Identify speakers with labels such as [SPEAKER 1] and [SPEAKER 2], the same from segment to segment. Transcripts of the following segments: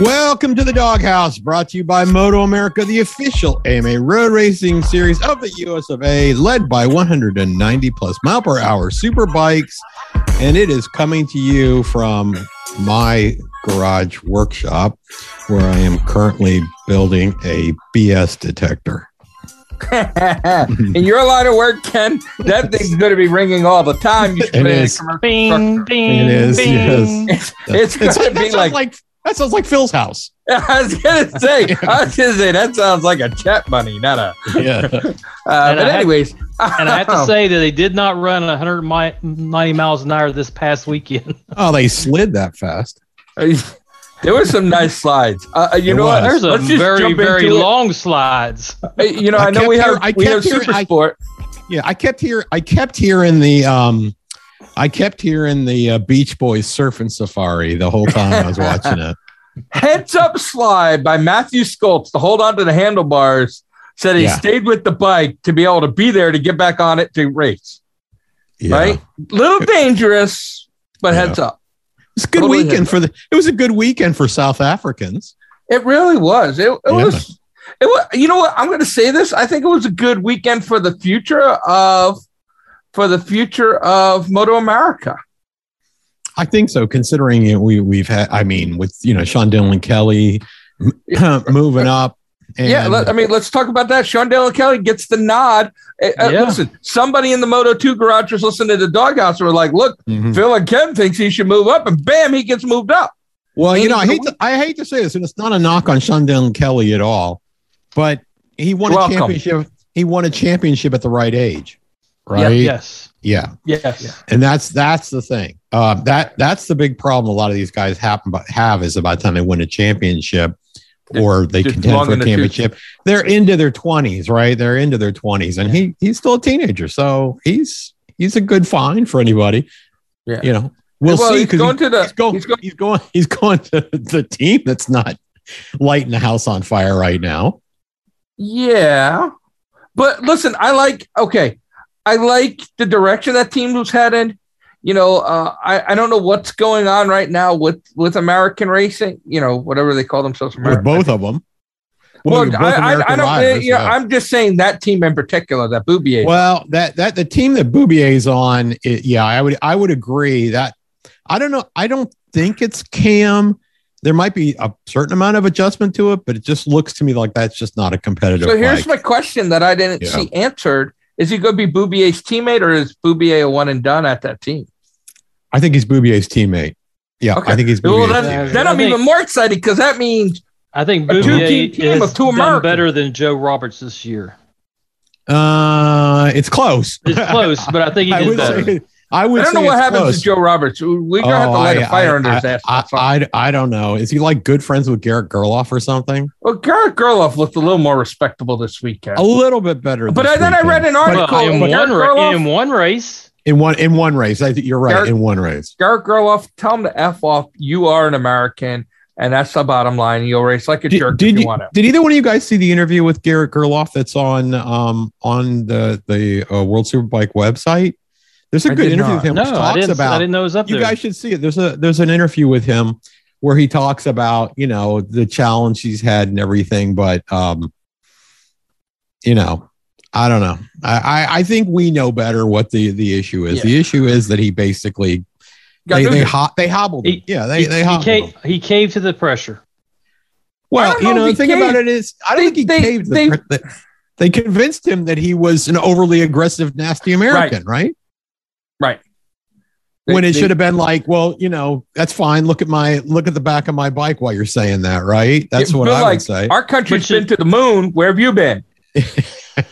[SPEAKER 1] Welcome to the Doghouse, brought to you by Moto America, the official AMA road racing series of the US of A, led by 190 plus mile per hour super bikes. And it is coming to you from my garage workshop, where I am currently building a BS detector.
[SPEAKER 2] in your line of work, Ken, that thing's going to be ringing all the time. You should
[SPEAKER 1] It
[SPEAKER 2] put in a
[SPEAKER 1] is.
[SPEAKER 2] commercial
[SPEAKER 3] Bing,
[SPEAKER 2] structure.
[SPEAKER 3] bing,
[SPEAKER 1] It is,
[SPEAKER 3] bing.
[SPEAKER 1] yes.
[SPEAKER 2] It's going to
[SPEAKER 1] that
[SPEAKER 2] be
[SPEAKER 1] sounds
[SPEAKER 2] like,
[SPEAKER 1] that sounds like Phil's house.
[SPEAKER 2] I was going to say, I was going to say, that sounds like a chat bunny, not a.
[SPEAKER 1] Yeah,
[SPEAKER 2] Uh,
[SPEAKER 3] And
[SPEAKER 2] but
[SPEAKER 3] I have-
[SPEAKER 2] anyways,
[SPEAKER 3] And I have to say that they did not run 190 miles an hour this past weekend.
[SPEAKER 1] oh, they slid that fast.
[SPEAKER 2] there were some nice slides. Uh, uh, you
[SPEAKER 1] There
[SPEAKER 2] know what?
[SPEAKER 1] was.
[SPEAKER 3] There's a
[SPEAKER 2] Let's just
[SPEAKER 3] very,
[SPEAKER 2] jump
[SPEAKER 3] very
[SPEAKER 2] into it.
[SPEAKER 3] long slides.
[SPEAKER 2] Uh, You know,
[SPEAKER 1] I
[SPEAKER 2] I, know
[SPEAKER 1] kept
[SPEAKER 2] we have
[SPEAKER 1] hear- I
[SPEAKER 2] we have
[SPEAKER 1] kept hear-
[SPEAKER 2] super
[SPEAKER 1] I-
[SPEAKER 2] sport.
[SPEAKER 1] Yeah, I kept here. I kept hearing the um, I kept hearing the uh, Beach Boys surfing safari the whole time I was watching it.
[SPEAKER 2] Heads up slide by Matthew Sculpts to hold onto the handlebars. Said he
[SPEAKER 1] Yeah.
[SPEAKER 2] stayed with the bike to be able to be there to get back on it to race.
[SPEAKER 1] Yeah.
[SPEAKER 2] Right? Little dangerous, but heads up.
[SPEAKER 1] It's a good
[SPEAKER 2] Totally
[SPEAKER 1] weekend for the. It was a good weekend for South Africans.
[SPEAKER 2] It really was. It, it
[SPEAKER 1] Yeah.
[SPEAKER 2] was. It was. You know what? I'm going to say this. I think it was a good weekend for the future of for the future of Moto America.
[SPEAKER 1] I think so, considering you know, we we've had. I mean, with you know Sean Dillon Kelly moving up. And,
[SPEAKER 2] yeah. Let, I mean, let's talk about that. Sean Dale Kelly gets the nod. Uh, uh,
[SPEAKER 3] Yeah.
[SPEAKER 2] Listen, somebody in the Moto Two garage was listening to Doghouse. and Were like, look,
[SPEAKER 1] Mhm.
[SPEAKER 2] Phil and Ken thinks he should move up, and bam, he gets moved up.
[SPEAKER 1] Well, you know, I
[SPEAKER 2] Maybe
[SPEAKER 1] hate to, I hate to say this, and it's not a knock on Sean Dillon Kelly at all, but he won
[SPEAKER 2] Welcome.
[SPEAKER 1] a championship. He won a championship at the right age, right?
[SPEAKER 3] Yes.
[SPEAKER 1] yeah.
[SPEAKER 3] Yes.
[SPEAKER 1] and that's that's the thing. Uh, that that's the big problem a lot of these guys happen but have is by the time they win a championship or they
[SPEAKER 2] Just
[SPEAKER 1] contend
[SPEAKER 2] long
[SPEAKER 1] for
[SPEAKER 2] in
[SPEAKER 1] a
[SPEAKER 2] the tooth.
[SPEAKER 1] championship, they're into their twenties, right? They're into their twenties, and he he's still a teenager, so he's he's a good find for anybody.
[SPEAKER 2] Yeah.
[SPEAKER 1] you know, we'll,
[SPEAKER 2] Well,
[SPEAKER 1] see
[SPEAKER 2] he's
[SPEAKER 1] 'cause
[SPEAKER 2] going to the-
[SPEAKER 1] he's going,
[SPEAKER 2] he's going-
[SPEAKER 1] he's going he's going to the team that's not lighting the house on fire right now.
[SPEAKER 2] Yeah. But listen, I like okay. I like the direction that team was headed. You know, uh, I, I don't know what's going on right now with with American racing, you know, whatever they call themselves
[SPEAKER 1] With
[SPEAKER 2] American.
[SPEAKER 1] both of them.
[SPEAKER 2] Well,
[SPEAKER 1] both
[SPEAKER 2] I, I, I
[SPEAKER 1] American
[SPEAKER 2] don't
[SPEAKER 1] riders,
[SPEAKER 2] you know,
[SPEAKER 1] yeah.
[SPEAKER 2] I'm just saying that team in particular, that Boubier.
[SPEAKER 1] Well, that that the team that Boubier's on, it, yeah, I would I would agree that I don't know. I don't think it's Cam. There might be a certain amount of adjustment to it, but it just looks to me like that's just not a competitive.
[SPEAKER 2] so here's
[SPEAKER 1] bike.
[SPEAKER 2] my question that I didn't
[SPEAKER 1] Yeah.
[SPEAKER 2] see answered. Is he going to be Boubier's teammate or is Boubier a one and done at that team?
[SPEAKER 1] I think he's Boubier's teammate. Yeah,
[SPEAKER 2] Okay.
[SPEAKER 1] I think he's
[SPEAKER 2] Well,
[SPEAKER 1] Boubier's
[SPEAKER 2] then,
[SPEAKER 1] teammate.
[SPEAKER 2] then
[SPEAKER 3] I
[SPEAKER 2] I'm
[SPEAKER 3] think-
[SPEAKER 2] even more excited because that means
[SPEAKER 3] I think
[SPEAKER 2] A two-team
[SPEAKER 3] Bouvier
[SPEAKER 2] team
[SPEAKER 3] is
[SPEAKER 2] of two
[SPEAKER 3] done
[SPEAKER 2] Americans.
[SPEAKER 3] better than Joe Roberts this year.
[SPEAKER 1] uh, it's close.
[SPEAKER 3] It's close, but I think he
[SPEAKER 1] I
[SPEAKER 3] did
[SPEAKER 1] would
[SPEAKER 3] better.
[SPEAKER 1] say. I would
[SPEAKER 2] I don't
[SPEAKER 1] say
[SPEAKER 2] know what
[SPEAKER 1] it's
[SPEAKER 2] happens
[SPEAKER 1] close.
[SPEAKER 2] to Joe Roberts. We're gonna have to
[SPEAKER 1] Oh,
[SPEAKER 2] light a
[SPEAKER 1] I-
[SPEAKER 2] fire
[SPEAKER 1] I-
[SPEAKER 2] under his ass.
[SPEAKER 1] I, I, I don't know. Is he like good friends with Garrett Gerloff or something?
[SPEAKER 2] Well, Garrett Gerloff looked a little more respectable this weekend.
[SPEAKER 1] A little bit better.
[SPEAKER 2] But
[SPEAKER 1] this
[SPEAKER 2] I- then I
[SPEAKER 1] weekend.
[SPEAKER 2] read an article-
[SPEAKER 3] Well, in,
[SPEAKER 2] Garrett
[SPEAKER 3] one ra-
[SPEAKER 2] Gerloff?
[SPEAKER 3] in one race,
[SPEAKER 1] in one in one race. I think you're right.
[SPEAKER 2] Garrett-
[SPEAKER 1] in one race.
[SPEAKER 2] Garrett Gerloff, tell him to F off. You are an American, and that's the bottom line. You'll race like a
[SPEAKER 1] Did,
[SPEAKER 2] jerk
[SPEAKER 1] did
[SPEAKER 2] if you,
[SPEAKER 1] you,
[SPEAKER 2] want to.
[SPEAKER 1] did either one of you guys see the interview with Garrett Gerloff that's on um on the the uh, World Superbike website? There's a
[SPEAKER 2] I
[SPEAKER 1] good
[SPEAKER 2] did
[SPEAKER 1] interview
[SPEAKER 2] not.
[SPEAKER 1] with him
[SPEAKER 3] no,
[SPEAKER 1] which
[SPEAKER 3] I
[SPEAKER 1] talks
[SPEAKER 3] didn't. I
[SPEAKER 1] about
[SPEAKER 3] didn't know it was up
[SPEAKER 1] you
[SPEAKER 3] there.
[SPEAKER 1] guys should see it. There's a there's an interview with him where he talks about, you know, the challenge he's had and everything, but um you know, I don't know. I, I, I think we know better what the, the issue is.
[SPEAKER 2] Yeah.
[SPEAKER 1] The issue is that he basically
[SPEAKER 2] Got
[SPEAKER 1] they
[SPEAKER 2] no-
[SPEAKER 1] they, ho- they hobbled him.
[SPEAKER 3] He-
[SPEAKER 1] yeah, they
[SPEAKER 3] he,
[SPEAKER 1] they
[SPEAKER 3] he
[SPEAKER 1] hobbled him.
[SPEAKER 3] caved, he caved to the pressure.
[SPEAKER 2] I
[SPEAKER 1] Well,
[SPEAKER 2] don't
[SPEAKER 1] you
[SPEAKER 2] know
[SPEAKER 1] know,
[SPEAKER 2] if
[SPEAKER 1] the
[SPEAKER 2] he
[SPEAKER 1] thing about it is, I don't
[SPEAKER 2] They-
[SPEAKER 1] think he
[SPEAKER 2] they-
[SPEAKER 1] caved. the
[SPEAKER 2] they-
[SPEAKER 1] pre- the- they convinced him that he was an overly aggressive, nasty American, right?
[SPEAKER 2] Right.
[SPEAKER 1] When
[SPEAKER 2] They-
[SPEAKER 1] it
[SPEAKER 2] they-
[SPEAKER 1] should have been like, well, you know, that's fine. Look at my look at the back of my bike while you're saying that, right? That's
[SPEAKER 2] Yeah,
[SPEAKER 1] what
[SPEAKER 2] but
[SPEAKER 1] I
[SPEAKER 2] like,
[SPEAKER 1] would say.
[SPEAKER 2] Our country's
[SPEAKER 3] Which is-
[SPEAKER 2] been to the moon. Where have you been?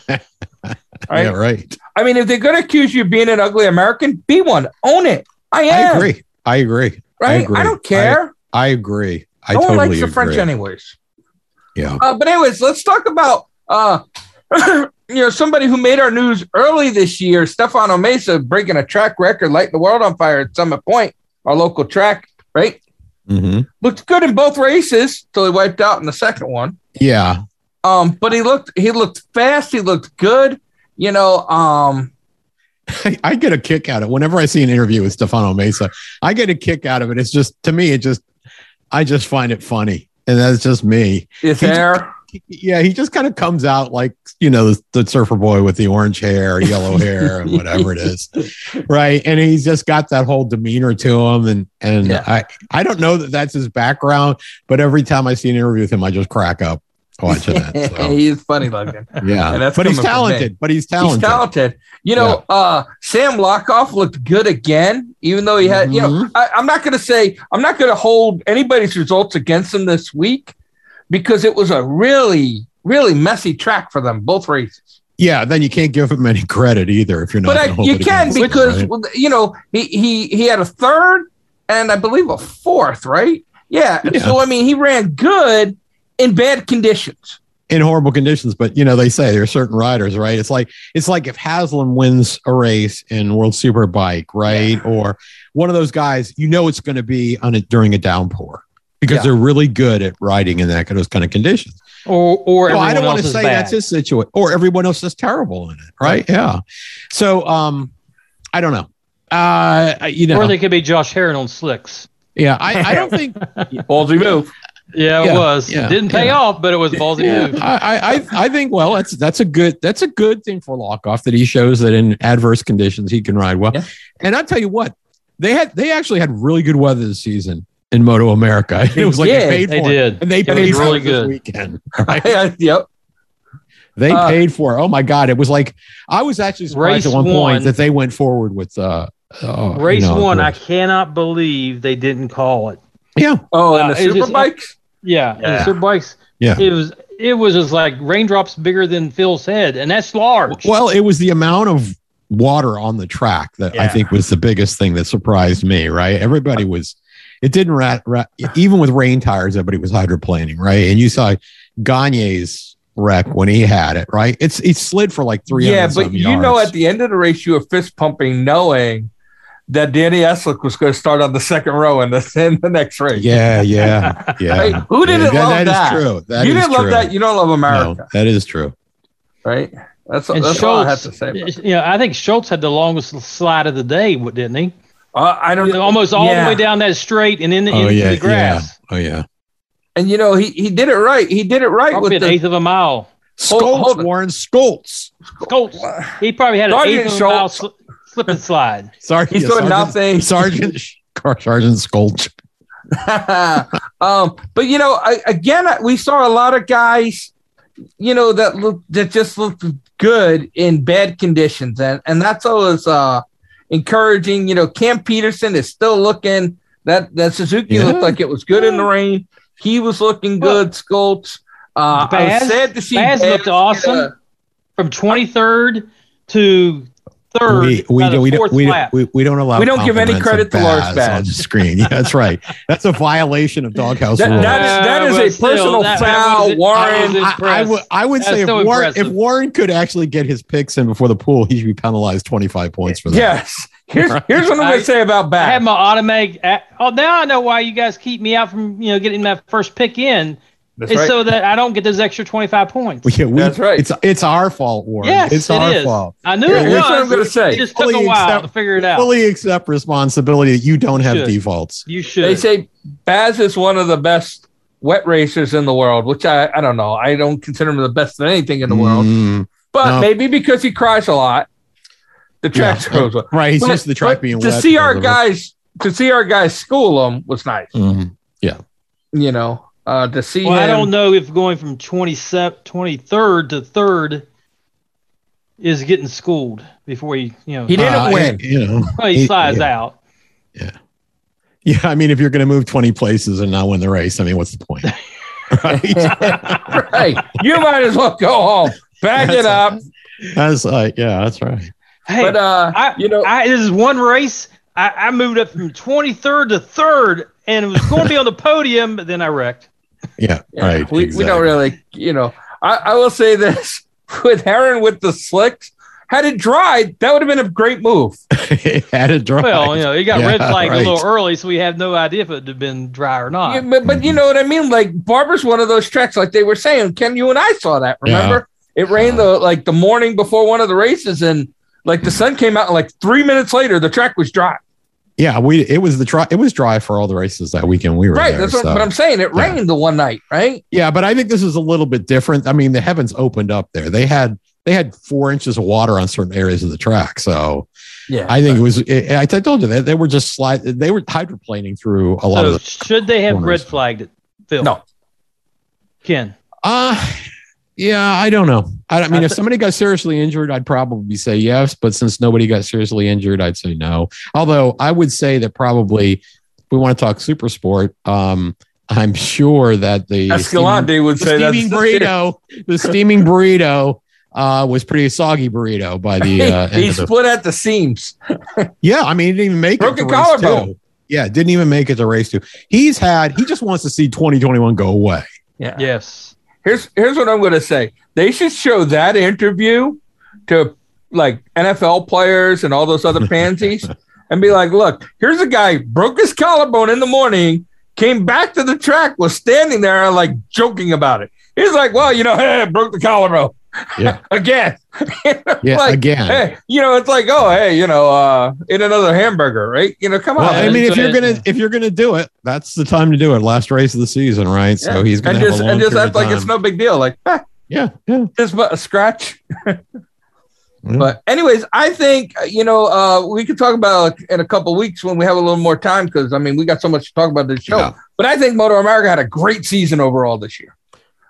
[SPEAKER 2] All right.
[SPEAKER 1] Yeah, right.
[SPEAKER 2] I mean, if they're going to accuse you of being an ugly American, be one. Own it. I
[SPEAKER 1] I
[SPEAKER 2] am.
[SPEAKER 1] agree. I agree.
[SPEAKER 2] Right? I,
[SPEAKER 1] agree.
[SPEAKER 2] don't care.
[SPEAKER 1] I agree. I
[SPEAKER 2] no
[SPEAKER 1] totally
[SPEAKER 2] one likes the
[SPEAKER 1] agree.
[SPEAKER 2] French, anyways.
[SPEAKER 1] yeah.
[SPEAKER 2] Uh, but anyways, let's talk about uh, you know somebody who made our news early this year, Stefano Mesa, breaking a track record, lighting the world on fire at Summit Point, our local track. Right,
[SPEAKER 1] hmm
[SPEAKER 2] looked good in both races till he wiped out in the second one.
[SPEAKER 1] Yeah.
[SPEAKER 2] Um, but he looked he looked fast. He looked good. You know, um,
[SPEAKER 1] I, I get a kick out of it. Whenever I see an interview with Stefano Mesa, I get a kick out of it. It's just to me, it just I just find it funny. and that's just me.
[SPEAKER 2] It's
[SPEAKER 1] He-
[SPEAKER 2] there.
[SPEAKER 1] Yeah, he just kind of comes out like you know the, the surfer boy with the orange hair, yellow hair, and whatever it is, right? And he's just got that whole demeanor to him, and and
[SPEAKER 2] Yeah.
[SPEAKER 1] I I don't know that that's his background, but every time I see an interview with him, I just crack up watching it. So,
[SPEAKER 2] He's funny looking.
[SPEAKER 1] yeah,
[SPEAKER 2] And that's
[SPEAKER 1] but he's
[SPEAKER 2] coming from me.
[SPEAKER 1] talented. But he's
[SPEAKER 2] He's
[SPEAKER 1] talented.
[SPEAKER 2] talented. You know, uh, Sam Lockoff looked good again, even though he had, you know,
[SPEAKER 1] Mhm.
[SPEAKER 2] I, I'm not going to say, I'm not going to hold anybody's results against them this week because it was a really, really messy track for them, both races.
[SPEAKER 1] Yeah, then you can't give him any credit either if you're not.
[SPEAKER 2] but I,
[SPEAKER 1] gonna hold
[SPEAKER 2] you
[SPEAKER 1] it
[SPEAKER 2] can
[SPEAKER 1] against him,
[SPEAKER 2] because,
[SPEAKER 1] right?
[SPEAKER 2] well, you know, he, he, he had a third and I believe a fourth, right? Yeah. And
[SPEAKER 1] Yeah.
[SPEAKER 2] So, I mean, he ran good in bad conditions.
[SPEAKER 1] in horrible conditions, but you know they say there are certain riders, right? It's like it's like if Haslam wins a race in World Superbike, right, or one of those guys, you know it's going to be on it during a downpour because
[SPEAKER 2] Yeah.
[SPEAKER 1] they're really good at riding in that those kind of conditions.
[SPEAKER 3] Or or
[SPEAKER 1] Well,
[SPEAKER 3] everyone
[SPEAKER 1] I don't want to say
[SPEAKER 3] bad.
[SPEAKER 1] that's his situation, or everyone else is terrible in it, right? Yeah. So, um, I don't know. Uh, I- you know,
[SPEAKER 3] Or they could be Josh Heron on slicks.
[SPEAKER 1] yeah, I, I don't think.
[SPEAKER 2] Ballsy move.
[SPEAKER 3] Yeah, it
[SPEAKER 1] Yeah,
[SPEAKER 3] was.
[SPEAKER 1] yeah,
[SPEAKER 3] Didn't pay
[SPEAKER 1] yeah.
[SPEAKER 3] off, but it was a ballsy move.
[SPEAKER 1] I, I- I I think well that's that's a good that's a good thing for Lockoff that he shows that in adverse conditions he can ride well.
[SPEAKER 2] Yeah.
[SPEAKER 1] And I tell you what, they had they actually had really good weather this season in Moto America. It was like they
[SPEAKER 2] did.
[SPEAKER 1] paid
[SPEAKER 3] They
[SPEAKER 1] for it.
[SPEAKER 3] did.
[SPEAKER 1] And they
[SPEAKER 3] Yeah,
[SPEAKER 2] it was
[SPEAKER 1] paid
[SPEAKER 3] really
[SPEAKER 1] for it this
[SPEAKER 3] good.
[SPEAKER 1] weekend.
[SPEAKER 2] yep.
[SPEAKER 1] They
[SPEAKER 2] Uh,
[SPEAKER 1] paid for it. Oh my God. It was like I was actually surprised
[SPEAKER 3] Race
[SPEAKER 1] at one
[SPEAKER 3] one.
[SPEAKER 1] point that they went forward with uh, uh you
[SPEAKER 3] Race
[SPEAKER 1] know,
[SPEAKER 3] one,
[SPEAKER 1] the-
[SPEAKER 3] I cannot believe they didn't call it.
[SPEAKER 1] yeah.
[SPEAKER 2] Oh, and
[SPEAKER 3] Uh,
[SPEAKER 2] the
[SPEAKER 3] it's
[SPEAKER 2] super
[SPEAKER 3] just-
[SPEAKER 2] bikes.
[SPEAKER 3] Yeah,
[SPEAKER 2] Yeah.
[SPEAKER 3] and super bikes.
[SPEAKER 1] Yeah.
[SPEAKER 3] it was it was just like raindrops bigger than Phil's head, and that's large.
[SPEAKER 1] Well, it was the amount of water on the track that I
[SPEAKER 3] Yeah.
[SPEAKER 1] think was the biggest thing that surprised me. Right,
[SPEAKER 2] Uh,
[SPEAKER 1] everybody was. It didn't rat, rat even with rain tires. Everybody was hydroplaning, right? And you saw Gagne's wreck when he had it, right? It's it slid for like three.
[SPEAKER 2] Yeah, but you know, at the end of the race, you were fist pumping, knowing that Danny Eslick was going to start on the second row in the in the next race.
[SPEAKER 1] yeah, yeah, yeah.
[SPEAKER 2] Right? Who
[SPEAKER 1] Yeah,
[SPEAKER 2] didn't love that?
[SPEAKER 1] That is true. That
[SPEAKER 2] you
[SPEAKER 1] is
[SPEAKER 2] didn't love
[SPEAKER 1] true.
[SPEAKER 2] that. You don't love
[SPEAKER 1] No,
[SPEAKER 2] America,
[SPEAKER 1] that is true.
[SPEAKER 2] right? That's
[SPEAKER 3] and
[SPEAKER 2] that's all I have to say. About it.
[SPEAKER 3] you know, I think Schultz had the longest slide of the day, didn't he?
[SPEAKER 2] Uh, I don't know.
[SPEAKER 3] Almost all
[SPEAKER 2] Yeah.
[SPEAKER 3] the way down that straight and in the,
[SPEAKER 1] Oh
[SPEAKER 3] into
[SPEAKER 1] yeah,
[SPEAKER 3] the grass.
[SPEAKER 1] yeah. Oh yeah.
[SPEAKER 2] And you know, he he did it right. He did it right
[SPEAKER 3] Probably
[SPEAKER 2] with
[SPEAKER 3] an
[SPEAKER 2] the
[SPEAKER 3] eighth of a mile.
[SPEAKER 1] Skoltz,
[SPEAKER 2] Hold- hold it.
[SPEAKER 1] Warren Skoltz.
[SPEAKER 3] Schultz, he probably had an
[SPEAKER 2] Sergeant
[SPEAKER 3] eighth of a mile
[SPEAKER 2] Schultz.
[SPEAKER 3] sl- slip and slide.
[SPEAKER 1] Sergeant.
[SPEAKER 2] He's doing
[SPEAKER 1] Sergeant-
[SPEAKER 2] nothing.
[SPEAKER 1] Sergeant. Sergeant Skoltz.
[SPEAKER 2] um, but you know, I, again, I- we saw a lot of guys, you know, that look that just looked good in bad conditions, and and that's always uh, encouraging. You know, Cam Peterson is still looking that that Suzuki
[SPEAKER 1] Yeah.
[SPEAKER 2] looked like it was good in the rain. He was looking
[SPEAKER 3] Well-
[SPEAKER 2] good, Skoltz. Uh, I was
[SPEAKER 3] Baz-
[SPEAKER 2] sad to see
[SPEAKER 3] Baz looked
[SPEAKER 2] get
[SPEAKER 3] awesome.
[SPEAKER 2] a-
[SPEAKER 3] From 23rd to third,
[SPEAKER 1] we we
[SPEAKER 3] by the
[SPEAKER 1] don't we
[SPEAKER 3] fourth
[SPEAKER 1] don't, we,
[SPEAKER 3] lap.
[SPEAKER 1] don't, we, we don't allow
[SPEAKER 2] We don't give any
[SPEAKER 1] compliments
[SPEAKER 2] credit
[SPEAKER 1] of
[SPEAKER 2] to Lars
[SPEAKER 1] Baz
[SPEAKER 2] Bass.
[SPEAKER 1] on the screen. Yeah, that's right. That's a violation of doghouse
[SPEAKER 2] That-
[SPEAKER 1] rules.
[SPEAKER 2] that is- that
[SPEAKER 3] Uh,
[SPEAKER 2] is
[SPEAKER 3] well,
[SPEAKER 2] a
[SPEAKER 3] still,
[SPEAKER 2] personal
[SPEAKER 3] that- that
[SPEAKER 2] foul,
[SPEAKER 3] was-
[SPEAKER 2] Warren.
[SPEAKER 3] that was
[SPEAKER 1] I, I would
[SPEAKER 3] impressive.
[SPEAKER 1] I would
[SPEAKER 3] That's
[SPEAKER 1] say if
[SPEAKER 3] so
[SPEAKER 1] Warren, if
[SPEAKER 3] impressive.
[SPEAKER 1] Warren could actually get his picks in before the pool, he should be penalized twenty five points for that.
[SPEAKER 2] Yes. Here's here's what I'm going
[SPEAKER 3] I-
[SPEAKER 2] to say about
[SPEAKER 3] I
[SPEAKER 2] Baz.
[SPEAKER 3] had my automatic. a- Oh, now I know why you guys keep me out from you know getting my first pick in.
[SPEAKER 2] That's
[SPEAKER 3] It's
[SPEAKER 2] right.
[SPEAKER 3] so that I don't get those extra twenty five points.
[SPEAKER 1] Yeah, we-
[SPEAKER 2] That's right.
[SPEAKER 1] It's it's our fault, Warren.
[SPEAKER 3] Yes,
[SPEAKER 1] it's
[SPEAKER 3] it
[SPEAKER 1] our
[SPEAKER 3] is.
[SPEAKER 1] fault.
[SPEAKER 3] I knew
[SPEAKER 2] Here's
[SPEAKER 3] it
[SPEAKER 2] what I'm
[SPEAKER 3] was.
[SPEAKER 2] going to
[SPEAKER 3] It
[SPEAKER 2] say.
[SPEAKER 3] just took a
[SPEAKER 1] Fully
[SPEAKER 3] while
[SPEAKER 1] accept-
[SPEAKER 3] to figure it out.
[SPEAKER 1] Fully accept responsibility that you don't have
[SPEAKER 3] should.
[SPEAKER 1] defaults.
[SPEAKER 2] They
[SPEAKER 3] you should.
[SPEAKER 2] say Baz is one of the best wet racers in the world, which I, I don't know. I don't consider him the best at anything in the world,
[SPEAKER 1] Mm,
[SPEAKER 2] but
[SPEAKER 1] no.
[SPEAKER 2] maybe because he cries a lot, the track
[SPEAKER 1] Yeah.
[SPEAKER 2] goes well.
[SPEAKER 1] right, he's
[SPEAKER 2] But-
[SPEAKER 1] used to the track
[SPEAKER 2] but
[SPEAKER 1] being
[SPEAKER 2] to
[SPEAKER 1] wet
[SPEAKER 2] see
[SPEAKER 1] because
[SPEAKER 2] our
[SPEAKER 1] of-
[SPEAKER 2] guys to see our guys school him was nice.
[SPEAKER 1] Mhm.
[SPEAKER 2] You know, uh, to see
[SPEAKER 3] well, I
[SPEAKER 2] him-
[SPEAKER 3] don't know if going from 27, 23rd to third is getting schooled before you you know
[SPEAKER 2] He didn't
[SPEAKER 1] Uh,
[SPEAKER 2] win.
[SPEAKER 1] You know,
[SPEAKER 3] probably
[SPEAKER 1] he-
[SPEAKER 3] slides
[SPEAKER 1] yeah.
[SPEAKER 3] out.
[SPEAKER 1] Yeah, I mean, if you're going to move 20 places and not win the race, I mean, what's the point? right?
[SPEAKER 2] Hey, you might as well go home. Back it
[SPEAKER 1] That's
[SPEAKER 2] up.
[SPEAKER 1] That's like, yeah, that's right.
[SPEAKER 3] Hey,
[SPEAKER 2] But uh,
[SPEAKER 3] I,
[SPEAKER 2] you know,
[SPEAKER 3] I, this is one race. I, I moved up from 23rd to 3rd and was going to be on the podium, but then I wrecked.
[SPEAKER 1] Yeah,
[SPEAKER 2] Yeah,
[SPEAKER 1] right.
[SPEAKER 2] We, we
[SPEAKER 1] exactly.
[SPEAKER 2] don't really, you know. I, I will say this with Heron with the slicks, had it dried, that would have been a great move.
[SPEAKER 1] It had a drive.
[SPEAKER 3] Well, you know, he got
[SPEAKER 1] Yeah,
[SPEAKER 3] red flagged
[SPEAKER 1] right.
[SPEAKER 3] a little early, so we have no idea if it had been dry or not.
[SPEAKER 2] Yeah, but, but you know what I mean? Like Barber's one of those tracks, like they were saying, Ken, you and I saw that,
[SPEAKER 1] Yeah.
[SPEAKER 2] remember? It rained the like the morning before one of the races, and like the sun came out and like three minutes later, the track was dry.
[SPEAKER 1] Yeah, we it was the try it was dry for all the races that weekend we were
[SPEAKER 2] right.
[SPEAKER 1] there,
[SPEAKER 2] that's what,
[SPEAKER 1] so-
[SPEAKER 2] but I'm saying. It
[SPEAKER 1] yeah.
[SPEAKER 2] rained the one night, right?
[SPEAKER 1] yeah, but I think this is a little bit different. I mean, the heavens opened up there. They had they had four inches of water on certain areas of the track, so
[SPEAKER 2] Yeah.
[SPEAKER 1] I think it was. It, I I told you that they were just slide. They were hydroplaning through a lot
[SPEAKER 3] So
[SPEAKER 1] of. The,
[SPEAKER 3] should they have
[SPEAKER 1] corners.
[SPEAKER 3] red flagged it, Phil?
[SPEAKER 2] No.
[SPEAKER 3] Ken.
[SPEAKER 1] uh yeah, I don't know. I, don't- I mean,
[SPEAKER 3] I
[SPEAKER 1] if
[SPEAKER 3] thi-
[SPEAKER 1] somebody got seriously injured, I'd probably say yes. But since nobody got seriously injured, I'd say no. Although I would say that probably, if we want to talk super sport, um, I'm sure that the
[SPEAKER 2] Escalante would
[SPEAKER 1] the
[SPEAKER 2] say that's
[SPEAKER 1] steaming burrito, the steaming burrito uh, was pretty soggy burrito by the uh,
[SPEAKER 2] he
[SPEAKER 1] end of the
[SPEAKER 2] split at the seams.
[SPEAKER 1] Yeah, I mean, he didn't even make
[SPEAKER 2] Broken
[SPEAKER 1] it. to race
[SPEAKER 2] collarbone.
[SPEAKER 1] two. Yeah, didn't even make it to race two. He's had. He just wants to see 2021 go away.
[SPEAKER 2] Yeah.
[SPEAKER 3] Yes.
[SPEAKER 2] Here's here's what I'm going to say. They should show that interview to like NFL players and all those other pansies and be like, "Look, here's a guy broke his collarbone in the morning, came back to the track, was standing there like joking about it. He's like, "Well, you know, hey, I broke the collarbone."
[SPEAKER 1] Yeah.
[SPEAKER 2] Again.
[SPEAKER 1] Yeah,
[SPEAKER 2] Like,
[SPEAKER 1] again.
[SPEAKER 2] Hey, you know, it's like, "Oh, hey, you know, uh in another hamburger, right? You know, come
[SPEAKER 1] well,
[SPEAKER 2] on."
[SPEAKER 1] I mean, if you're
[SPEAKER 3] it's-
[SPEAKER 1] gonna if you're gonna do it, that's the time to do it. Last race of the season, right? So
[SPEAKER 2] Yeah.
[SPEAKER 1] he's gonna
[SPEAKER 2] and
[SPEAKER 1] have
[SPEAKER 2] just
[SPEAKER 1] a long
[SPEAKER 2] and just
[SPEAKER 1] period
[SPEAKER 2] act
[SPEAKER 1] of
[SPEAKER 2] like
[SPEAKER 1] time.
[SPEAKER 2] it's no big deal. Like, "Eh,
[SPEAKER 1] yeah, yeah.
[SPEAKER 2] just but a scratch.
[SPEAKER 1] Yeah.
[SPEAKER 2] But anyways, I think uh, you know uh, we could talk about it in a couple weeks when we have a little more time because I mean we got so much to talk about this show.
[SPEAKER 1] Yeah.
[SPEAKER 2] But I think Moto America had a great season overall this year.